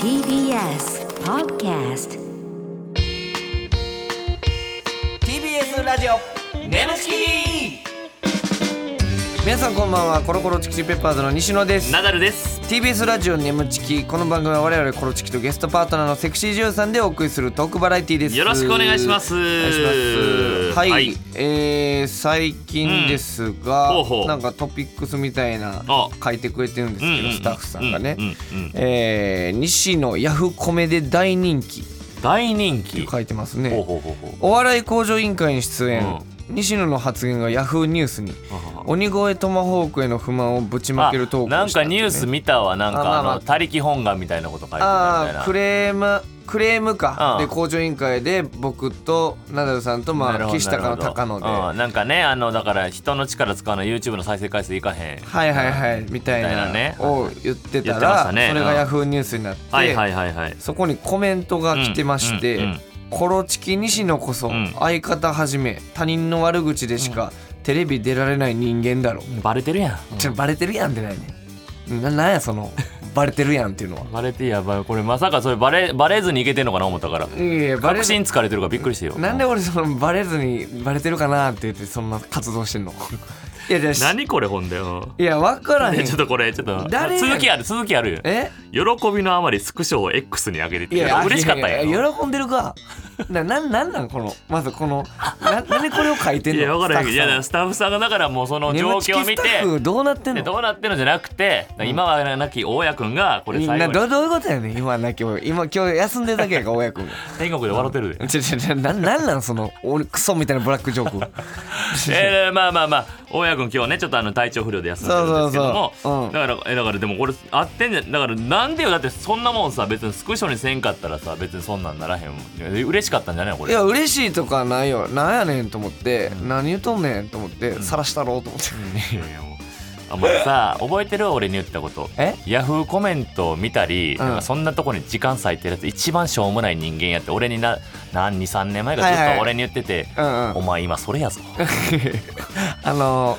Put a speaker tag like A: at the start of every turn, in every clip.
A: TBS Podcast
B: TBS ラジオ
C: ムチ
B: 皆さんこんばんはコロコロチキチキペッパーズの西野です
C: ナダルです。
B: TBS ラジオネムチキこの番組は我々コロチキとゲストパートナーのセクシージュンさんでお送りするトークバラエティです
C: よろしくお願いします
B: お願いしますはい、
C: はい
B: えー最近ですが、
C: うんほうほう
B: なんかトピックスみたいな
C: あ
B: 書いてくれてるんですけど、
C: うんうんうん
B: スタッフさんがね、
C: うんうんうん
B: えー西野ヤフコメで大人気っ
C: 大人
B: て
C: 気。
B: 書いてますね
C: ほうほうほうほう。
B: お笑い向上委員会に出演、
C: う
B: 西野の発言がヤフーニュースに
C: あ
B: 鬼越トマホークへの不満をぶちまける投稿を
C: なん
B: したって
C: か
B: い
C: ニ
B: うね
C: ュース見たわなん
B: あま
C: か
B: あ
C: あ
B: まあ
C: の他力本願みたいなこと書いてたみたい
B: ああ
C: な。
B: クレームクレームか
C: う
B: で
C: ん
B: 向上委員会で僕とナダルさんと
C: な
B: ま
C: る
B: あ
C: ほど
B: 岸高の高野で
C: なるほどう
B: は
C: んなんかねあのだから人の力使うのは YouTube の再生回数いかへん。
B: いはいはいみたい
C: みたい
B: な
C: なね
B: を言ってた
C: 言ってまし
B: ら
C: た
B: そ
C: ね
B: れが
C: うん
B: ヤフーニュースになっ
C: はいは
B: て
C: いはいはい。
B: そこにコメントが来てまし
C: うんうんう
B: て
C: ん
B: 「コロチキ西野こそ
C: ん
B: 相方はじめ他人の悪口でしかテレビ出られない人間だろ」
C: バレてるやん。
B: ちょバレてるやんってないねななんやそのバレてるやんっていうのは
C: バレてやばいこれまさかそれバレバレずにいけてんのかな思ったから。
B: いやいやバレ
C: 確信疲れてるからびっくりしてよ。
B: なんで俺そのバレずにバレてるかなって言ってそんな活動してんの いやじゃあし
C: 何これほんだよ。
B: いや分からへ
C: え
B: ん
C: ちょっとこれちょっと
B: 誰やねん
C: 続きある続きあるよ。
B: え
C: 喜びのあまりスクショを X に上げてて嬉しかったんやろ
B: い喜んでるかななんなんなんこのまずこのななんでこれを書いてん
C: い
B: の
C: や分からへんけどい
B: スタッ
C: や
B: フさ
C: だからスタッフさんがだからもうその
B: ね
C: 状
B: むちき
C: 況を見
B: スタッ
C: て
B: フどうなってん
C: でど
B: の
C: うなってるのじゃなくて今はなき大家君がこれ最
B: な
C: 後に
B: どどういうことやねん今なきゃ今今日休んでるだけやから親君が
C: 天国で笑ってるで。
B: ちょちょちょななんなんその俺クソみたいなブラックジョーク
C: えー、まあまあまあ大家君今日ねちょっとあの体調不良で休んでるんですけど
B: そ
C: も
B: うそうそううん
C: だからえだからでもこれ合ってんじゃだからなんでよだってそんなもんさ別にスクショにせんかったらさ別にそんなんならへんえ嬉しかったんじゃないのこ
B: い
C: れ
B: や嬉しいとかないよなんやねんと思って、何言うとんねんと思って、
C: ん
B: さらしたろうと思って、
C: いやいやもうあもうさ覚えてる俺に言ったこと
B: え
C: ヤフーコメントを見たり、
B: ん
C: なんかそんなとこに時間割いてるやつ一番しょうもない人間やって俺にな何23年前から
B: はい
C: ず
B: は
C: っ
B: い
C: と俺に言ってて「
B: うんうん
C: お前今それやぞ」
B: あの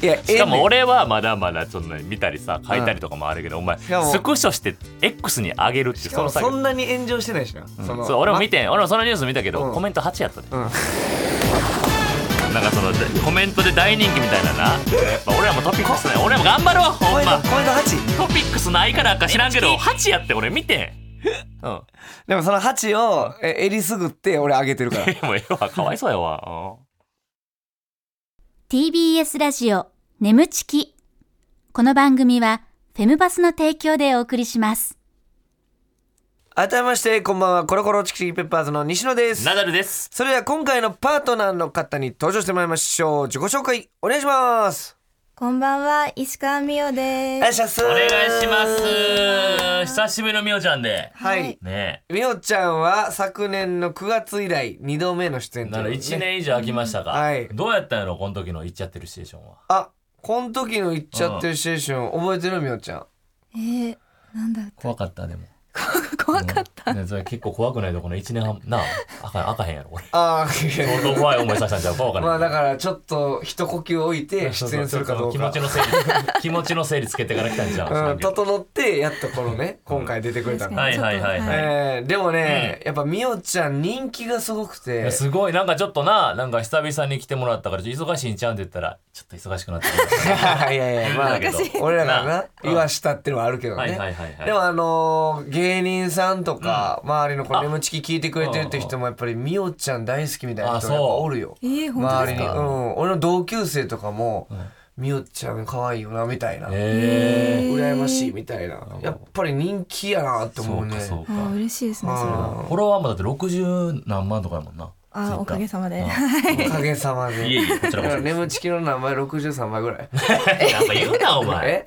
B: ー、いや、
C: しかも
B: え
C: 俺はまだまだそんなに見たりさ書いたりとかもあるけど、お前
B: かも
C: スクショして X に上げるってい
B: えねん
C: う
B: しか
C: そ
B: もそ
C: の作業
B: んなに炎上してないしな。
C: うん
B: その
C: そう俺も見てん俺もそのニュース見たけど、
B: うん
C: コメント8やったで
B: ま うん。
C: なんかそのコメントで大人気みたいななやっぱ俺らもトピックスね俺らも頑張ろう
B: コ
C: ほ
B: メ
C: ん
B: ント、
C: ま
B: コメント八。
C: トピックスないからか知らんけど8やって俺見てんうん
B: でもその八をえ襟すぐって俺上げてるから。
C: でもええわかわいそうやわ
D: TBS ラジオ眠ちきこの番組はフェムバスの提供でお送りします
B: 改めましてこんばんはコロコロチキチキペッパーズの西野です
C: ナ。ダルです
B: それでは今回のパートナーの方に登場してもらいましょう。自己紹介お願いします。
E: こんばんは、石川美代
B: お
E: で
B: 願い
E: す。
B: します。
C: お願いします久しぶりのみおちゃんで
B: はい。
C: ね
B: みおちゃんは昨年の9月以来2度目の出
C: え
B: 演とい
C: な
B: う
C: ら
B: ことでね
C: 1年以上空きましたか、
B: はい
C: どうやったんやろこの時の言っちゃってるシチュエーションは
B: あこの時の言っちゃってるシチュエーション覚えてるみおちゃん
E: えー、なんだった
C: 怖かったでも
E: 怖かった。
C: ねそれ結構怖くないとこの1年半なああかんあかへんやろこれ
B: ああいや
C: 相当怖い思いさせたんちゃうかわからん
B: まあだからちょっと一呼吸置いて出演するかどう
C: 気持
B: か
C: ち。の整 理気持ちの整理つけてから来たんじゃん、
B: うん、整ってやっとこのね今回出てくれたの、
C: は
E: はいい
C: は
E: はいい
C: は
E: はいい
C: は
E: はい
B: えーでもね、やっぱみおちゃん人気がすごく
C: い
B: て
C: やすごいなんかちょっとななんか久々に来てもらったからちょっと忙しいんちゃうんって言ったらちょっと忙しくなってきま し
B: いやいやまあ
C: おかしい
B: 俺らが
C: な
B: な
C: あ
B: 言わしたってのはあるけどね、
C: はいはいはいはい
B: でもあのー芸人さんとか、周りのこう眠ちき聞いてくれてるって人もやっぱりみおちゃん大好きみたいな人がやっぱおるよ
E: えー、本当
B: 周
E: で
B: り
E: す
B: に、う
E: か。
B: ん、俺の同級生とかも、みおちゃん可愛いよなみたいな、
C: たへえ
B: 羨ましいみたいなやっぱり人気やなって
C: そ
B: 思う
C: う
B: ね
C: かそう
E: あ
C: か
E: ー、嬉しいですね、それは。
C: フォロワーもだって60何万とかやもんな
E: あー、おかげさまで。
B: おかげさまで
C: いえいえ こちらこそです
B: 眠ちきの名前63倍ぐ らい
C: までなんか言うなお前
B: え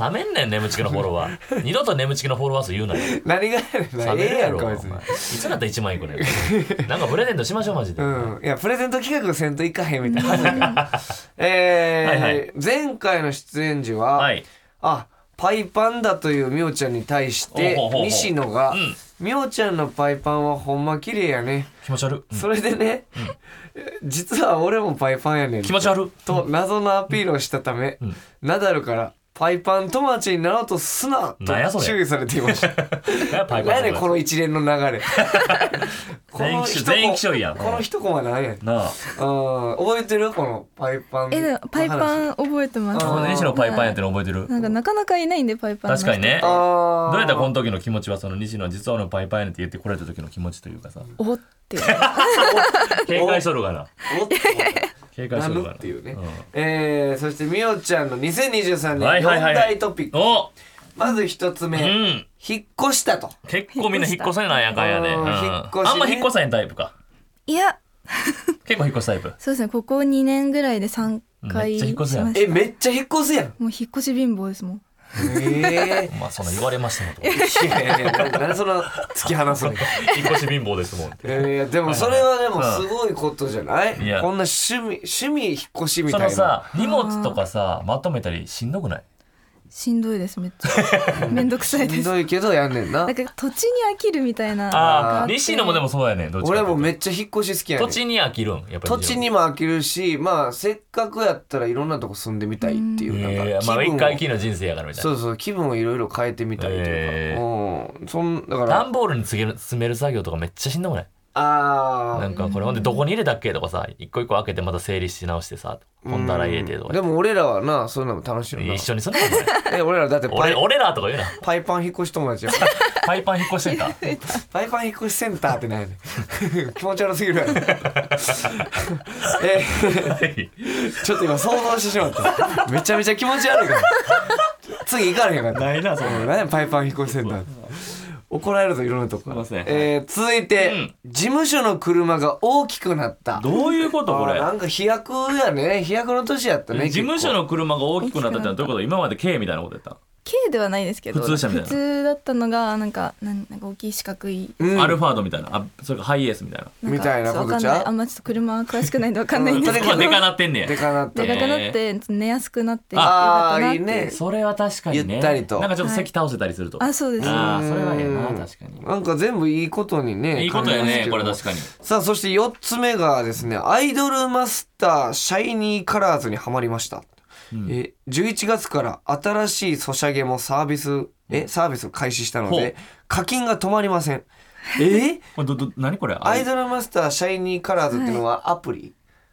C: 冷めんねん眠ちきのフォロワー二度と眠ちきのフォロワー数言うなよ
B: 何がやねん
C: 冷
B: なえ
C: める
B: え
C: や
B: や
C: ろ
B: ん
C: お
B: か
C: 前い
B: 別に
C: つだったら1万いくねんなんかプレゼントしましょうマジで、
B: うん、いやプレゼント企画せんといかへんみたいな恥ず かしいえー
C: はいはい
B: 前回の出演時は、
C: はい
B: あパイパンだというみおちゃんに対して
C: ほうほうほうほう
B: 西野が
C: うん
B: 「みおちゃんのパイパンはほんま綺麗やね」
C: 気持ち悪い、うん
B: それでね、実は俺もパイパンやねん
C: 気持ち悪い
B: と謎のアピールをしたため、ナダルから「パイパン友達になろうとすな
C: なんやそ
B: と
C: れ
B: 注意されていました。
C: パイパ
B: 何
C: イ
B: やねんこの一連の流 れ。こ
C: 全員
B: の
C: 気象
B: 一コ
C: 全員気象やん
B: この一コマ何やねん。
C: なあ
B: あー覚えてるこのパイパン。
E: えでもパイ
B: ン。
E: パン覚えてます
B: あー
C: 年始のパイパンやってるの覚えてる
E: なんかなかなかいないんでパイパンの
C: 確
E: 人
C: かにねど
B: ああ。
C: うやったらこの時の気持ちはその西野実は俺のパイパンやねんって言ってこられた時の気持ちというかさ
E: おって
C: 警戒しとるかな
B: おっと
C: 警戒しとるか
B: な
C: な
B: るっていうね
C: ん
B: えーそしてみおちゃんの2023年
C: はいはいはい
B: 4大トピック。
C: お
B: まず一つ
C: う
B: 目、
C: ん
B: 引っ越したと。
C: 結構みんな引っ越せなんやかんやね
B: うん
C: うん
B: 引っ越しね
C: あんま引っ越さへんタイプか
E: いや
C: 結構引っ越すタイプ
E: そうですねここ2年ぐらいで3回
C: めっちゃ引
E: し
C: っ
E: ま
C: 越すやん
E: した
B: え、めっちゃ引っ越すやん。
E: もう引っ越し貧乏ですもん
B: ええ
C: まあそんな言われましたもんと
B: いやいやいや、なんでその突き放すの。
C: 引っ越し貧乏ですもん
B: いやいやでもそれはでもすごいことじゃない、
C: いや
B: こんな趣味趣味引っ越しみ
C: そ
B: た
C: の
B: いな
C: さ荷物とかさまとめたりしんどくない
E: しんどいですめっ ちゃめんどくさい
B: し
E: で
B: ん
E: す
B: どいけどやんねんな
E: なんか土地に飽きるみたいな
C: あ
B: あ
C: あ
E: ー
C: 西野もでもそうやねどっちかって
B: 俺
C: いうと
B: もめっちゃ引っ越し好きやね
C: 土
B: ん
C: 地に飽きるんやっぱり
B: 土地にも飽きるしまあせっかくやったらいろんなとこ住んでみたいっていう
C: いやい
B: な
C: や
B: ん
C: ま
B: か
C: あ
B: 気分
C: 一
B: を
C: 回きりの人生やからみたい
B: そ
C: な
B: うそう気分をいろいろ変えてみたいというか、
C: へ
B: うんそんだか
C: 段
B: ら
C: ボールに詰める詰める作業とかめっちゃしんどくない
B: あ
C: なんかこれほんでどこに入れたっけとかさ一個一個開けてまた整理し直してさ本棚入れてと
B: ー
C: か
B: でも俺らはなそういうのも楽しいよな
C: 一緒にすんなお 前
B: え俺らだってパ
C: 俺
B: イ
C: 俺らとか言うな
B: パイパン引っ越し友達やから
C: パイパン引っ越してんか
B: パイパン引っ越しセンターってなんやねん 気持ち悪すぎ るやろえちょっと今想像してしまっためちゃめちゃ気持ち悪いから次行かれへんかった
C: いなそ
B: うん何やパイパン引っ越しセンターって怒られるといろんなとこ
C: すいません
B: えー続いて、事務所の車が大きくなった
C: どういうことこ
B: あー
C: れ
B: なんか飛躍やね飛躍の年やったね
C: 事務所
B: の
C: の車が大きくなったってのはどういうこと今まで K みたいなことやった
E: 軽ではないですけど
C: 普通車みたいな
E: 普通だったのがなんかなんなんか大きい四角い
B: うん
C: アルファードみたいなあそれかハイエースみたいな
E: なんか
B: みたいなこと
E: そうわかん
B: ちゃ
E: な
B: う
E: いあんまちょっと車は詳しくないんでわかんないんですけ
B: う
E: ど
B: ん
C: まあでかなってんね
B: で
C: や
B: かなった
E: で
B: ね
E: かくなって寝やすくなってよか
B: あ
E: ったなっ
B: あ
E: て
B: いいね
C: それは確かにね
B: ゆったりと
C: なんかちょっと席倒せたりすると
E: あそうです
C: あーそれはええな
B: うん
C: 確かに
B: なんか全部いいことにね
C: いいことや
B: 感じます
C: ね
B: けど
C: これ確かに
B: さあそして4つ目がですねアイドルマスターシャイニーカラーズにはまりました、え11月から新しいソシャゲもサービスえサービスを開始したの
C: ほ
B: で
C: う
B: 課金が止まりま せんえ
C: これどど何これ
B: アイドルマスターシャイニーカラーズっていうのはアプリ、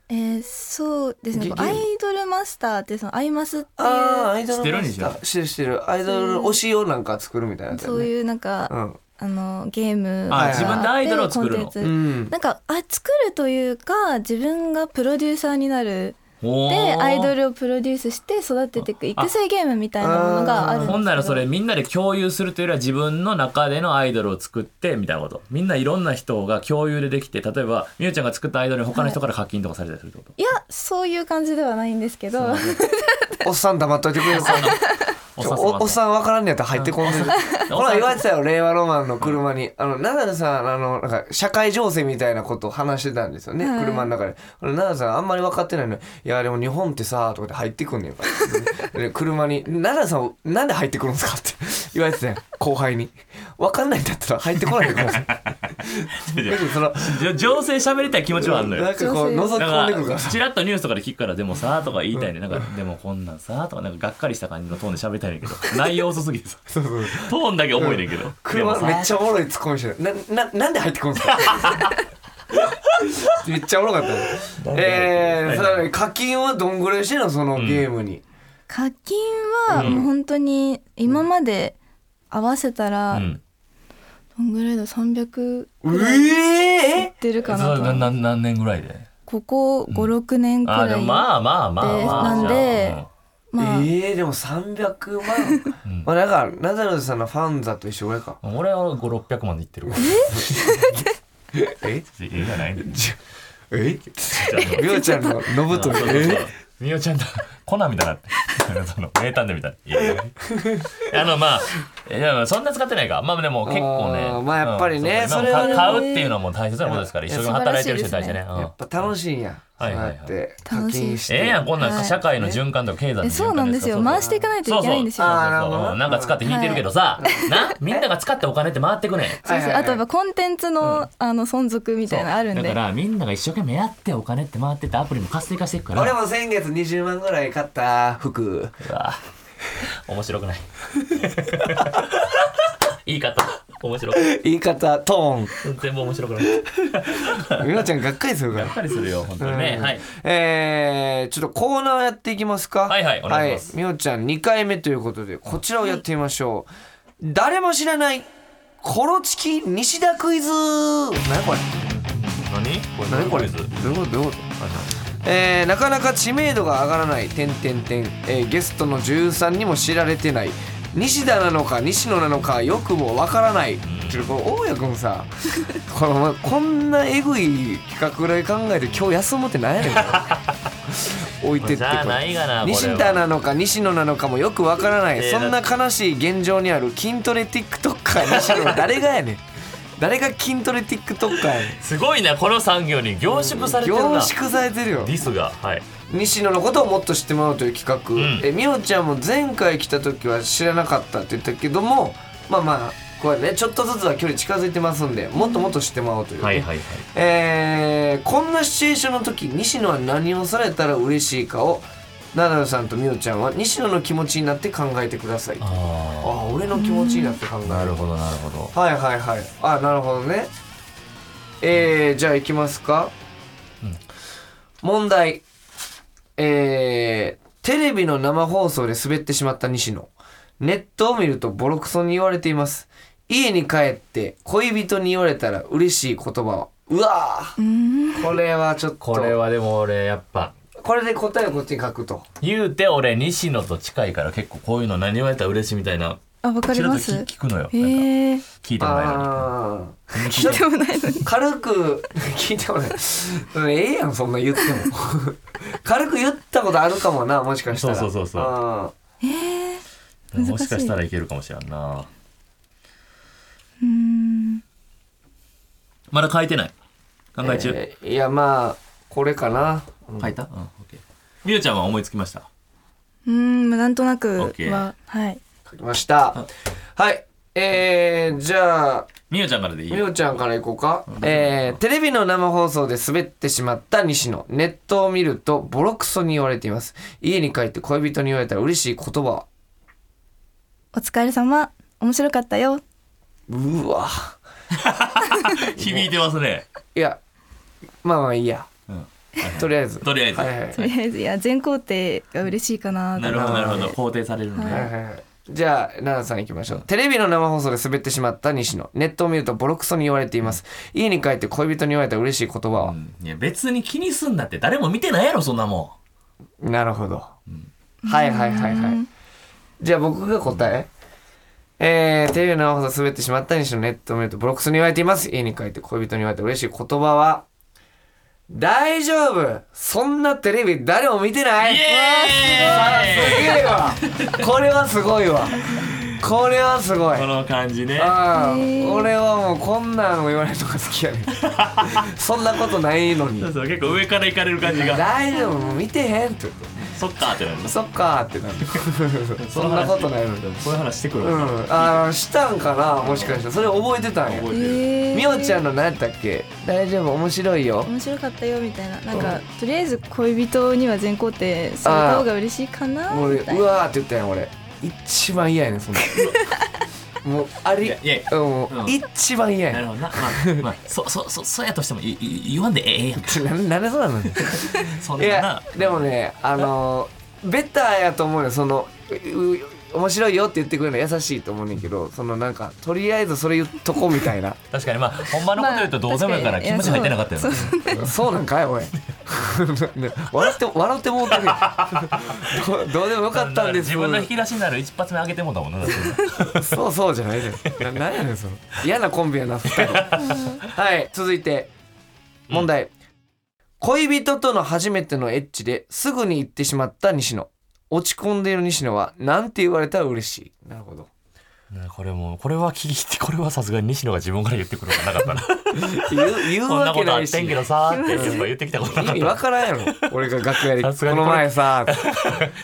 E: えーそうですね
B: ゲ
E: こうアイドルマスターってそのアイマスってい
B: ああア
E: う
B: イドルマスターしてるしてるアイドル推しをなんか作るみたいなやつやね
E: そういうなんか、
B: うん
E: あのゲーム
C: あ
E: が
B: 自分で
C: アイドルを作るの
E: コンテン
B: う
E: ツ
B: ん
E: なんかあ作るというか自分がプロデューサーになるで
C: で
E: アイドルをプロデュースして育てていく育成ゲームみたいなものがあるんですけど
C: ほんならそれみんなで共有するというよりは自分の中でのアイドルを作ってみたいなことみんないろんな人が共有でできて例えばみゆちゃんが作ったアイドルに他の人から課金とかされたりするってこと、
E: いやそういう感じではないんですけど
B: おっさん黙っといてくれよ
C: お
B: ちょおおっ
C: ん
B: さん分からんねやったら入ってこんでる。ほら言われてたよ、令和ロマンの車に。あの、ナダルさん、あの、なんか、社会情勢みたいなことを話してたんですよね、
E: はい
B: 車の中で。ほらナダルさん、あんまり分かってないのに、いや、でも日本ってさ、とかで入ってくんねん から。で車に、ナダルさん、なんで入ってくるんですかって 言われてたよ、後輩に。分かんないんだったら入ってこないでくだ さい。だけどその、
C: じょ情勢喋りたい気持ちはあるの
B: な
C: よ
B: んかこう、覗き
C: だ
B: 込ん
C: か
B: でくるかららさ。
C: ちらっとニュースとかで聞くからでもさとか言いたいねなんかでもこんなんさとかなんかがっかりした感じのトーンで喋りたいねんけど 内容遅すぎてさ
B: そうそう
C: トーンだけ重いねんけど、でも
B: 車
C: さ
B: めっちゃおもろいツッコミしてるなななんで入ってくるんです かめっちゃおもろかったえー、さらに課金はどんぐらいしてんのそのゲームに、
E: 課金はもう本当に今まで合わせた
C: う
E: ら
C: ん
E: どんぐらいだ300
B: う
E: いっ
B: え
E: てるか
C: そ
E: な
C: れな
E: と
C: な何年ぐらいで
E: ここ56年く
C: あーで
E: ら
C: も
E: い
C: まあまあまあまあ
E: でなんで
C: じゃあ
B: ー、
E: まあ
B: えー、でも300万、まあだからナダルさんのファンザと一緒ぐらいか
C: うん俺は5600万でいってるわ
B: え
C: ええじゃないんだよ。
B: えりょうちゃんのノブとえ
C: みおちゃんだ。 コナンみたいになって。その名探偵みたいな。いやいやあのまあ。いやそんな使ってないか。まあでも結構
B: あー
C: ね。
B: まあやっぱりね
C: うん
B: それはね
C: 買うっていうのも大切なことですから、一生懸命働いてる人に対してね。うん
B: やっぱ楽しいんや、
C: はいはいはい
B: そうやって課
E: 楽しい
B: 金して
C: ええやん、こんな
E: は
C: ん
E: い
C: 社会の循環とか経済の循環
E: えそうなんですよ回していかないといけないんですよ
B: そうそう
E: そ
B: あーなるほどな
C: うんなんか使って引いてるけどさ、な、みんなが使ってお金って回ってくねん。
E: うそう
B: はいはいはい
E: あとやっぱコンテンツのあの存続みたいなのあるん
C: だか
E: で
C: らみんなが一生懸命やってお金って回ってってアプリも活性化していくから。
B: 俺も先月20万ぐらい買った服
C: うわ面白くない言い方面白くない
B: 言い方ト
C: 全部面白くない
B: ーン美和ちゃんがっかりするか
C: や
B: ら
C: っぱりするよ本当にね、
B: うん
C: はい
B: えー、ちょっとコーナーやっていきますか
C: はいはいお願いします
B: はみおちゃん2回目ということでこちらをやってみましょう、誰も知らないコロチキ西田クイズ何これ
C: 何これ
B: 何これ
C: クイズ
B: どういうことどういうことえーなかなか知名度が上がらない点点点、えーゲストの女優さんにも知られてない西田なのか西野なのかよくもわからないちょっとこれ大家君さこのこんなえぐい企画ぐらい考えて今日休むってなんやねん置いてって
C: じゃあないがなこれは
B: 西田なのか西野なのかもよくわからない、
C: えー
B: そんな悲しい現状にある筋トレ TikToker 西野誰がやねん誰が筋トレ TikToker やねん
C: すごいなこの産業に凝縮されてるな、
B: 凝
C: デ
B: 縮されてるよ
C: ィスがはい
B: 西野のことをもっと知ってもらおうという企画、
C: ん
B: えみおちゃんも前回来た時は知らなかったって言ったけどもまあまあこれねちょっとずつは距離近づいてますんでもっともっと知ってもらおうというね、
C: はいはいはい
B: えーこんなシチュエーションの時西野は何をされたら嬉しいかをナダルさんとみおちゃんは西野の気持ちになって考えてくださいあ
C: あ
B: あ俺の気持ちになって考える
C: あなるほどなるほど
B: はいはいはいあなるほどねえー、じゃあいきますか、問題えー、テレビの生放送で滑ってしまった西野ネットを見るとボロクソに言われています家に帰って恋人に言われたら嬉しい言葉はうわーこれはちょっと
C: これはでも俺やっぱ
B: これで答えをこっちに書くと
C: 言うて俺西野と近いから結構こういうの何言われたら嬉しいみたいな
E: あわかり
C: ちらっ
E: ま
C: と聞
E: す
C: 聞くのよ
E: へ
C: なんか
E: え
C: 聞いてもらえるの
B: ああ
C: に
E: 聞いてもない のに
B: 軽く聞いてもらえうんええやんそんな言っても軽く言ったことあるかもなもしかしたら
C: そうそうそうそう
B: あ
E: 難しい
C: もしかしたらいけるかもしれんな
E: うん
F: まだ書いてない考
B: ー
F: え中、
B: えーいやまあこれかな
F: 書いたうんオッケーみゆちゃんは思いつきました
E: うんなんとなく
C: オッケー
E: ははい
B: 書きましたはいえー、じゃあ
C: みゆちゃんからでいい
B: みおちゃんからいこうか、えー、テレビの生放送で滑ってしまった西野ネットを見るとボロクソに言われています家に帰って恋人に言われたら嬉しい言葉は
E: お疲れ様面白かったよ
B: うわ
C: 響いてますね
B: いやまあまあいいや、
C: うん
B: とりあえず
C: とりあえず
B: はいはい
E: とりあえずいや全工程が嬉しいかな
C: なるほどなるほど肯定されるの
B: はい
C: ね
B: はいはいじゃあ奈々さん行きましょうテレビの生放送で滑ってしまった西野ネットを見るとボロクソに言われています家に帰って恋人に言われた嬉しい言葉
C: う
B: は、
C: んいや別に気にすんなって誰も見てないやろそんなも
B: なるほど、はいはいはいはいじゃあ僕が答え、えー、テレビの生放送で滑ってしまった西野ネットを見るとボロクソに言われています家に帰って恋人に言われた嬉しい言葉は大丈夫そんなテレビ誰も見てない
C: んイエ
B: あすげえわこれはすごいわこれはすごい
C: ーイこの感じね
B: ああ、俺はもうこんなの言われるのが好きやねんそんなことないのに
C: そうそう結構上から行かれる感じが
B: 大丈夫もう見てへんって
C: そっかーってなる
B: そっかーってなるそんなことないのに
C: そういう話してくる
B: う
C: わ
B: んああしたんかなもしかしてそれ覚えてたんや
C: 覚えてる
E: えー
B: みおちゃんの何やったっけ大丈夫面白いよ
E: 面白かったよみたいななんかとりあえず恋人には全肯定された方が嬉しいかな
B: 俺
E: みたいうな
B: わーって言ったんや俺一番嫌やねんそんなもうあり
C: いやいや
B: うんも
C: うん
B: う一番嫌やねん
C: なるほどな、まあ、まあ、そ、そ、そ、そうやとしても、い、い、言わんでええやん。
B: ってななんでそうなのい
C: そんな
B: や
C: な。
B: でもねあのベターやと思うよそのうう面白いよって言ってくれるの優しいと思うねんけどそのなんかとりあえずそれ言っとこうみたい な
C: 確かに、まあ、ほんまのこと言うと、どうでもいいから、気持ち入ってなかったよね。
B: そうなんかい おいね笑って笑ってもうてるやんどどうでもよかったんです
C: 自分の引き出しになる一発目上げてもだもんな。だって
B: そうそうじゃないでななんやねんその嫌なコンビやな二人はい続いて問題、恋人との初めてのエッチですぐに行ってしまった西野落ち込んでいる西野はなんて言われたら嬉しいなるほど
C: ねこれもう、これは聞いて、これはさすがに西野が自分から言ってくることなかったな。
B: 言う 言う
C: こんな
B: わ
C: こ
B: け
C: と
B: な
C: あっ
B: いして
C: んけどさーって、やっぱ言ってきたことな
B: 意
C: かっ
B: 味
C: た。
B: わからんやろ俺が楽屋で「こ
C: さすがにこ
B: の
C: れ
B: 前さ」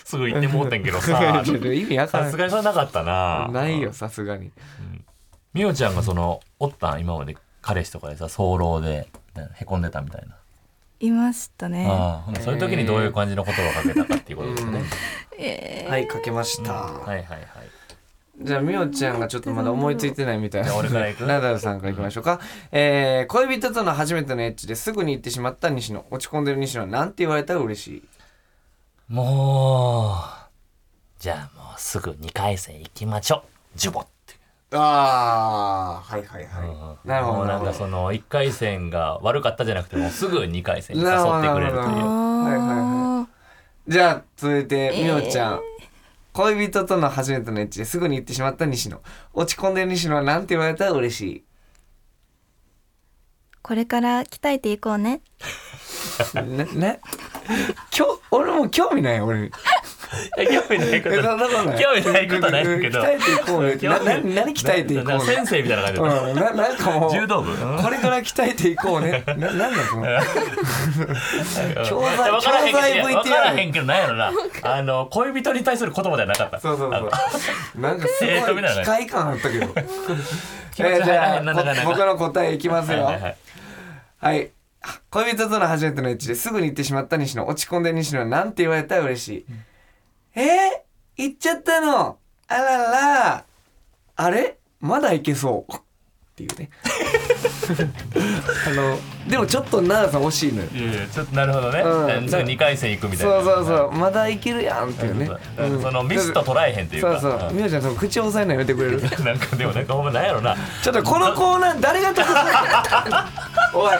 C: すぐ言ってもうてんけど さ
B: ちょっ
C: ー。
B: と意味わから
C: さすがにそれなかったな。
B: んないよ。さすがに
C: みおちゃんがその、おったん今まで彼氏とかでさ、早漏で、へこんでたみたいな。
E: いましたね。
G: ああほんでそういう時にどういう感じの言葉をかけたかっていうことですね。
E: え
B: はいかけました、
G: はいはいはい。
B: じゃあみおちゃんがちょっとまだ思いついてないみたいな
G: じゃあ俺から行く
B: ナダルさんからいきましょうか、えー、恋人との初めてのエッチですぐに行ってしまった西野落ち込んでる西野はなんて言われたら嬉しい
G: もう、じゃあもうすぐ2回戦行きまちょ。ジュボって。
B: ああはいはい
G: うん
B: なるほ
G: も
B: ど
G: う
B: な
G: なん
B: るほ
G: か
B: ど
G: その1回戦が悪かったじゃなくてもうすぐ2回戦に誘
B: なるほど
G: ってくれると
B: なるほ
E: ー、
B: ど
G: いう。
B: はいはいは
E: あ
B: じゃあ続いてみおちゃん、恋人との初めてのエッチですぐに行ってしまった西野落ち込んでる西野はなんて言われたら嬉しい
E: ーこれから鍛えていこうね。
B: ななきょ俺もう興味ない よ俺に
G: 興味ないこ
B: え
G: と
B: そんなことな い
G: 興味ないことないけど。
B: 鍛えていこうねってなな何鍛えていこ
G: な
B: うね
G: んか先生みたいな感じだっ
B: うんななんかもう
G: た。柔道部うん
B: これから鍛えていこうね。な、なんだその。教
G: い
B: 材
G: やわからへんけどいやわからへ
B: VTR。
G: んけど、なんやろな。あの、恋人に対する言葉じゃなかった。
B: そうそうそう。なんかすごい
G: 生徒みたいな
B: 機械感あった けど。
G: 気持ち
B: えーじゃ
G: はいなんだかんだ
B: あ、僕の答えいきます
G: はい
B: よ
G: は。いはい。
B: はい。恋人との初めてのエッチですぐに行ってしまった西野。落ち込んでる西野はなんて言われたら嬉しい。えー、行っちゃったのあらら。あれまだ行けそう。っていうね。 あの、でもちょっと奈良さん惜しいのよ。
G: いやいやちょっとなるほどね。
B: うん
G: すぐ2回戦行くみたいな。
B: そうそうそう、まだいけるやんっていうね
G: そうそう。そうそのミスと捉えへんっていう
B: そう
G: か。
B: そう、
G: ん
B: みおちゃん、その口押さえないのやめてく れる。
G: なんかでもなんかほんまなんやろな。
B: ちょっとこのコーナー、誰が得する。おい、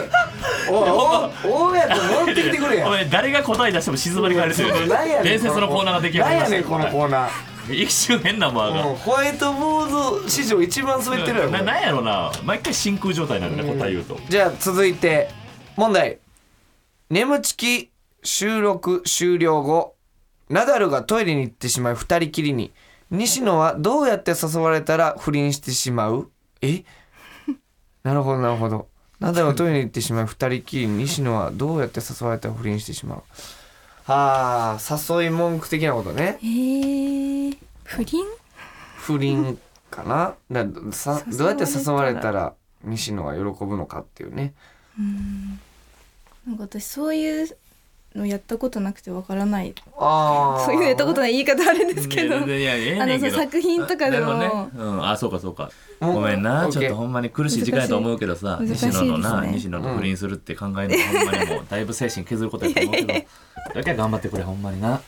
B: おい、おい、おいやつ戻ってきてくれや
G: お。前誰が答え出しても静まり返るという
B: なんやねん
G: 伝説のコーナーが出来上がりま
B: なん
G: した
B: やねん、このコーナー。
G: 一瞬変な間
B: もう
G: が
B: ホワイトボード史上一番滑ってるやろこ
G: な
B: れ。
G: なんやろな毎回真空状態なんだね答え言うと
B: じゃあ、続いて、問題。眠ちき収録終了後、ナダルがトイレに行ってしまう二人きりに、西野はどうやって誘われたら不倫してしまうえ なるほどなるほど。ナダルがトイレに行ってしまう二人きりに、西野はどうやって誘われたら不倫してしまうああ、誘い文句的なことね。
E: えー、不倫
B: 不倫かなだからさどうやって誘われたら西野は喜ぶのかっていうね。
E: なんか私そういうのやったことなくてわからない。
B: ああ。
E: そういうのやったことない言い方あれですけど。
C: いやいやいやええ
E: あ
C: ね
E: の
C: んけど
E: そう作品とかでも
C: なるほどねうん、あそうかそうか
B: もう
C: ごめんな
B: オッ
C: ち
B: ケ
C: ょ
B: ー
C: っとほんまに苦しい時間やと思うけどさ
E: 難し
C: 西
E: い
C: 野のな、
E: 難しいです
C: 西
E: ね
C: 野の不倫するって考えるのほんまにもうだいぶ精神削ることやと 思うけどだけは頑張ってくれほんまにな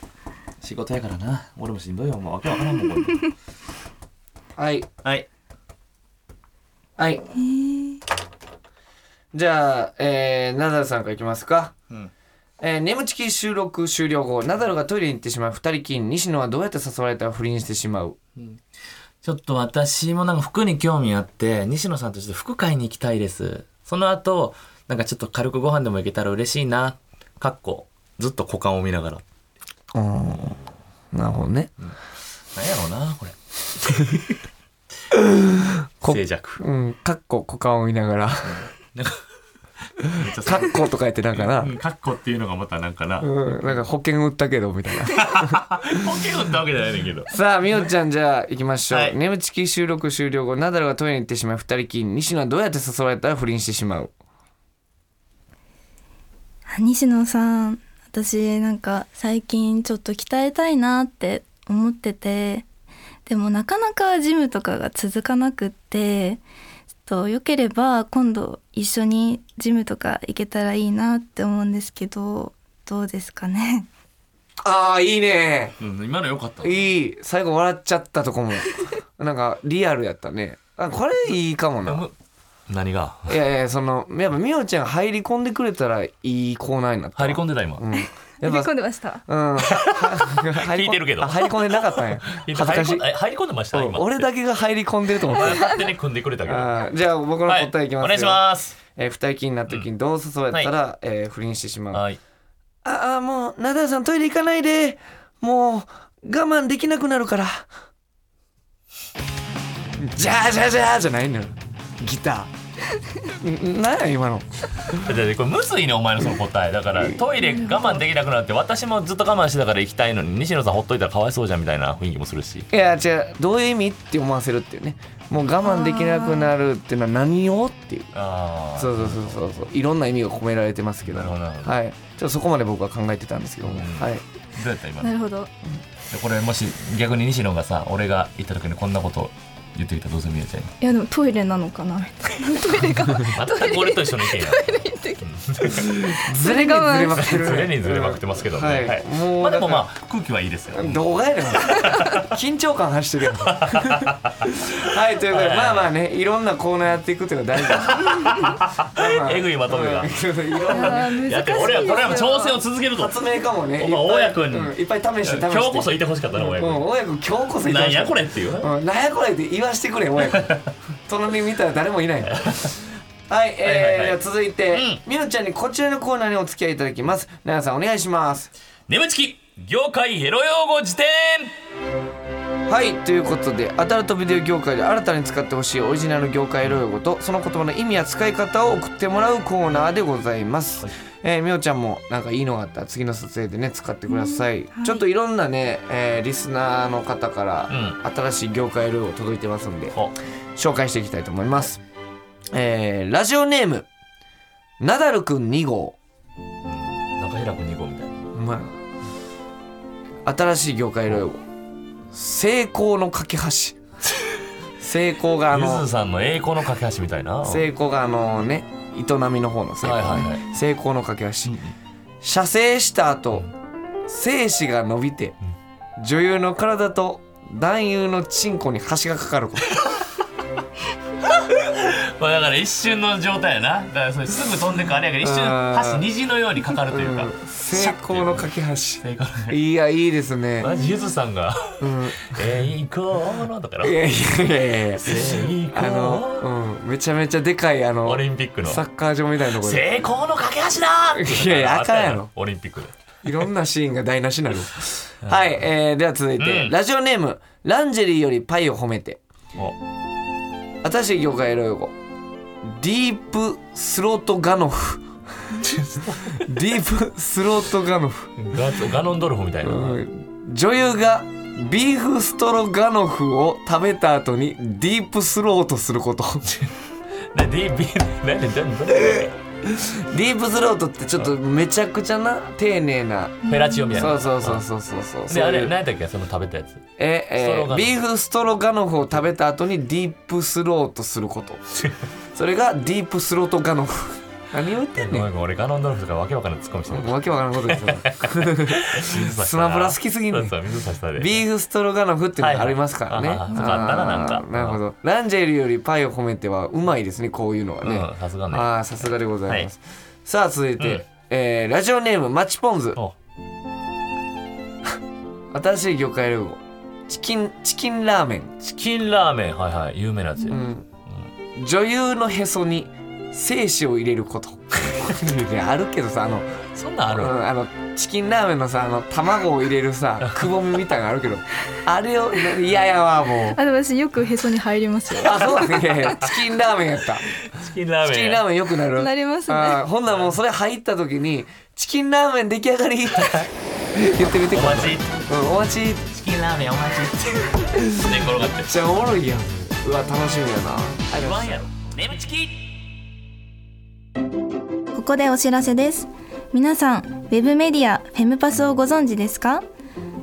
C: 仕事やからな俺もしんどいよもうわけわからんもんこれ
B: はい。
C: はい
B: はい。じゃあ、えー、ナダルさんからいきますか。
C: ん
B: えー、眠ちき収録終了後、ナダルがトイレに行ってしまう二人きりに、西野はどうやって誘われたら不倫してしまう
C: ちょっと私もなんか服に興味あって、西野さんとちょっと服買いに行きたいです。その後、なんかちょっと軽くご飯でも行けたら嬉しいな。かっこ。ずっと股間を見ながら。
B: なるほどね。
C: なんやろうな、 これ。
B: こ
G: 静寂
B: うん、かっこ股間を見ながら、
G: なんか
B: かっことか言ってなんかな
G: う。んカッコっていうのがまたなんかな保
B: うん、なんか保険売ったけど、みたいな。
G: 険打ったわけじゃないねんけど
B: さあ、みおちゃん、じゃあ、行きましょう。
C: はい
B: 眠ちき収録終了後、ナダルがトイレに行ってしまう二人きりに、西野はどうやって誘われたら不倫してしまう
E: あ西野さん私なんか最近ちょっと鍛えたいなって思っててでもなかなかジムとかが続かなくってちょっとよければ今度一緒にジムとか行けたらいいなって思うんですけどどうですかね
B: ああ、いいね。
G: うん今の良かった
B: いい。最後笑っちゃったとこも。 なんか、リアルやったね。あこれいいかもな。
G: 何が
B: いやいや、その、やっぱみおちゃん入り込んでくれたらいいコーナーになったわ。
G: 入り込んでた今
B: うん。
E: 入
B: や
E: り
B: っぱ、
E: 込んでました
B: うん。聞
G: 聞いてるけど
B: 入り込んでなかった んや。恥ずかし
G: 入り込
B: い
G: ん。だえ入り込んでました今
B: 俺だけが入り込んでると思って
G: 勝手に組んでくれたけど
B: あーじゃあ僕の
G: は
B: 答えいきますよ、
G: お願いします
B: えー二人きりになった時にどう誘われたら、えー不倫してしまう、
G: はい
B: ああもうナダルさんトイレ行かないでもう我慢できなくなるからじゃあじゃあじゃあじゃないのよギター んなんや今の
C: だってこれむずいねお前のその答えだからトイレ我慢できなくなって私もずっと我慢してたから行きたいのに西野さんほっといたらかわいそうじゃんみたいな雰囲気もするし
B: いや違うどういう意味って思わせるっていうねもう我慢できなくなるっていうのは何をっていう
C: ああ
B: そうそうそうそうそういろんな意味が込められてますけど
C: なるほどなるほど
B: はいちょっとそこまで僕は考えてたんですけども、
C: うん
B: はい
C: どうやった今
E: な
C: の
E: るほど
C: これもし逆に西野がさ俺が行った時にこんなこと言ってきたらどうするみやちゃん
E: いやでもトイレなのかなみたいなトイレが
C: 全く俺と一緒の意見や
B: ずれにずれまくって る
C: ずれにずれまくってますけどね、
B: はい
C: はい
B: もう
C: まあで
B: だ
C: も
B: から
C: まあ空気はいいですよ
B: 動画やねん緊張感走 ってるやんはいということでまあまあねいろんなコーナーやっていくっていうのは大事 ですまあまあ
C: えぐいまとめが
B: うんそうそういろん な
E: あー難しい
C: だって俺はこれはもう挑戦を続けると
B: 発明家もね
C: お前
B: いっぱい
C: 大家君
B: うんいっぱい試して試して
C: 今日こそいてほしかったな親
B: うん
C: 子
B: 大家君今日こそいてほしい
C: なんやこれっていう
B: うんなんやこれって言わしてくれ親 子隣見たら誰もいないはい、えー
C: はいはいはい
B: では続いて、みゆちゃんにこちらのコーナーにお付き合いいただきます奈良さんお願いします
C: 眠ちき業界ヘロ用語辞典
B: はいということでアダルトビデオ業界で新たに使ってほしいオリジナル業界用語とその言葉の意味や使い方を送ってもらうコーナーでございます、えーみおちゃんもなんかいいのがあったら次の撮影でね使ってください、ちょっといろんなね、えーリスナーの方から新しい業界用語届いてますんで、
C: お
B: 紹介していきたいと思います、えーラジオネームナダルくん2号
C: 中平君2号みたいな
B: うまいな新しい業界用語成功の架け 橋成功があ
C: ゆず
B: の
C: さんの栄光の架け橋みたいなはい
B: 成功があのね営みの方の成功、
C: はいはい
B: 成功の架け橋射精した後精子が伸びて女優の体と男優のチンコに橋がかかること
C: まあだから一瞬の状態やなだからそれすぐ飛んでくあれやけど一
B: あ
C: 瞬
B: ー
C: 箸虹のようにかかるというか
B: うん成功の架 け橋
C: 成功の
B: いやいいですね、
C: マジゆずさ んが
B: うん、
C: 「栄光の」だから
B: いやいやいやいや
C: 成
B: あ
C: 功
B: の、うん、めちゃめちゃでかいあの
C: オリンピックの
B: サッカー場みたいなところで
C: 成功の架け橋だ
B: いやいやあかんやろ
C: オリンピックで
B: いろんなシーンが台無しにな るはい、えーでは続いて、
C: うん
B: ラジオネームランジェリーよりパイを褒めて
C: お
B: 新しい業界エロ用語ディープスロートガノ フディープスロートガノフ、
C: ガガノンドルフみたいな
B: うん女優がビーフストロガノフを食べた後にディープスロートする こと
C: なディービーなんでどんど んフ
B: ディープスロートってちょっとめちゃくちゃな丁寧な
C: ェラチオみたい
B: そ
C: な
B: うそうそうそうそうそうそう
C: であれ
B: いう
C: 何やったっけその食べたやつ
B: え
C: ス
B: え
C: トロガノフ
B: ビーフストロガノフを食べた後にディープスロートすることそれがディープスロートガノフ 何を言ってん
C: ご
B: ね
C: めんごめん俺ガノンドルフとかわけわかんないツッコミして
B: ん
C: る
B: わけわからんことですよ スマブラ好きすぎんね
C: そうそう水差したで
B: ビーフストロガノフっていうのがありますからね、
C: はいはいあーそっかあったななんか
B: あーなるほどランジェリよりパイを褒めてはうまいですねこういうのはね、
C: うんさすがね
B: ああさすがでございます、さあ続いて、
C: うん
B: えーラジオネームマチポンズ
C: お
B: 新しい魚介料理チキンチキンラーメン
C: チキンラーメンはいはい有名なやつや
B: うん、女優のへそに精子を入れることい やあるけどさあの
C: そんなんあ
B: う
C: る
B: んあのチキンラーメンのさあの卵を入れるさくぼみみたいなのあるけ どあれを嫌やわも う
E: あでも私よくへそに入りますよ
B: あそうだねチキンラーメンや った
C: チキンラーメン
B: チキンラーメンよくなる
E: なりますね
B: あーほんならもうそれ入った時に「チキンラーメン出来上 がり」って言ってみて
C: お待ち
B: うん、お待ち
C: チキンラーメンお待ち寝転がって
B: じゃあおもろいやんうわ楽しみやな
C: 不安やろ眠ちき
E: ここでお知らせです。皆さん、ウェブメディアフェムパスをご存知ですか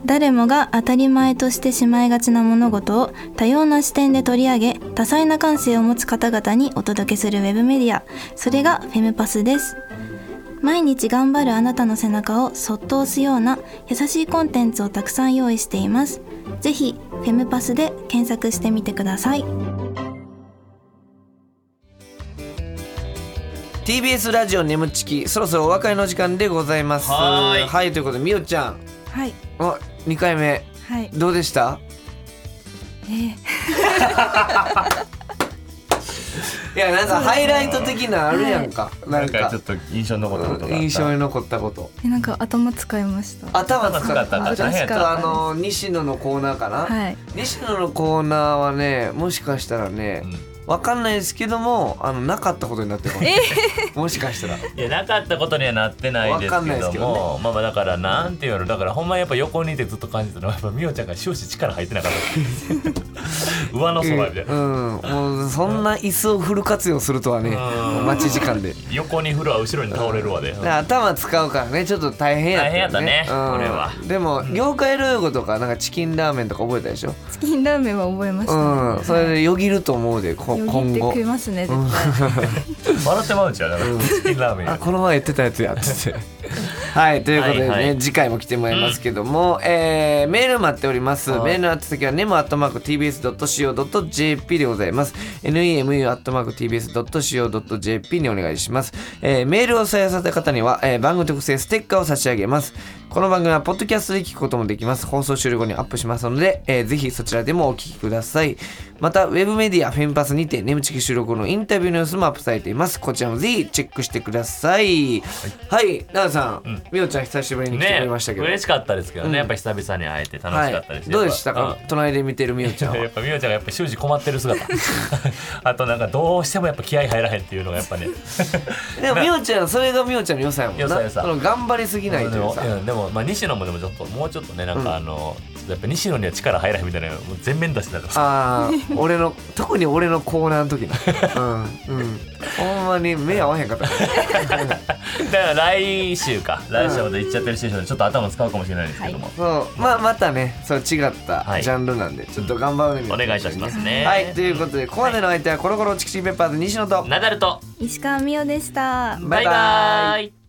E: 誰もが当たり前としてしまいがちな物事を多様な視点で取り上げ、多彩な感性を持つ方々にお届けするウェブメディア、それがフェムパスです。毎日頑張るあなたの背中をそっと押すような優しいコンテンツをたくさん用意しています。ぜひ、フェムパスで検索してみてください。
B: TBS ラジオ眠ちきそろそろお別れの時間でございます
C: はーい
B: ということでみおちゃん
E: はい、
B: あ2回目
E: はい、
B: どうでしたいやなんかハイライト的なあるやんか、な
C: なんん
B: か
C: かちょっと印象に残ったことがあった
B: 印象に残ったこと
E: なんか頭使いました。
B: 頭使った
C: 頭使った
B: あ
C: 大変や
B: 確
C: った
B: かあの西野のコーナーかな、
E: はい。
B: 西野のコーナーはねもしかしたらね、
C: うん
B: わかんないですけどもあのなかったことになってるかもしれない もしかしたら
C: いやなかったことにはなってないで
B: わか
C: す
B: ん
C: け
B: ないで
C: ど
B: す
C: も
B: けど
C: まあまあだからなんていうのだからほんまやっぱ横にいてずっと感じたのはやっぱ美桜ちゃんが終始力入ってな かった上の空みたいな、
B: うん、もうそんな椅子をフル活用するとはね
C: うん
B: 待ち時間で
C: 横に振るわ後ろに倒れるわで、
B: で頭使うからねちょっと大変やったよ
C: 大変や
B: ね
C: ったねこれは
B: うん、でも業界ルー語とかなんかチキンラーメンとか覚えたでしょ
E: チキンラーメンは覚えました、
B: うんそれでよぎると思うでこ
E: よぎっ
B: 今
E: て
B: 後
E: 食いますね絶対、
C: 笑ってまうんちゃうだからチキンラーメン
B: あ
C: や
B: この前言ってたやつや っててはいということでね、
C: はいはい
B: 次回も来てもらいますけども、えーメール待っております、
C: はい
B: メールの宛先は nemu.tbs.co.jp でございます nemu.tbs.co.jp にお願いします、えーメールを採用された方には、えー番組特製ステッカーを差し上げますこの番組はポッドキャストで聞くこともできます放送終了後にアップしますので、えーぜひそちらでもお聞きくださいまたウェブメディアフェンパスにて眠ちき収録後のインタビューの様子もアップされていますこちらもぜひチェックしてくださいはい奈良、さん、みおちゃん久しぶりに来てく
C: ね
B: れましたけど、
C: 嬉しかったですけどね、
B: うん
C: やっぱ久々に会えて楽
B: は
C: しかったで
B: い
C: す、
B: どうでした
C: やっ
B: か
C: ぱ、
B: 隣で見てるみおちゃん
C: うんや
B: は
C: っぱ美桜ちゃんがやっぱ終始困って る姿あとなんかどうしてもやっぱ気合入らへんっていうのがやっぱね
B: でもみおちゃんそれがみおちゃんの良さやもんな
C: 良さ良さ
B: その頑張りすぎ ないと
C: で
B: いう
C: も
B: さ
C: うんでもまあ西野もでもちょっともうちょっとねなんかあの、ちょっとやっぱ西野には力入らへんみたいなのもう全面出してたから
B: あー俺の特に俺のコーナーの時なうんうんほんまに目合わへんかったから
C: だから来週か来週まで行っちゃってるシチュエーションでちょっと頭使うかもしれないですけども、
B: そうまあまたねそう違った
C: はい
B: ジャンルなんで、ちょっと頑張る
C: お願いいたしますね
B: はいということでここまでの相手はコロコロチキチキペッパーズ西野と
C: ナダルと
E: 石川美代でした
C: バイバイ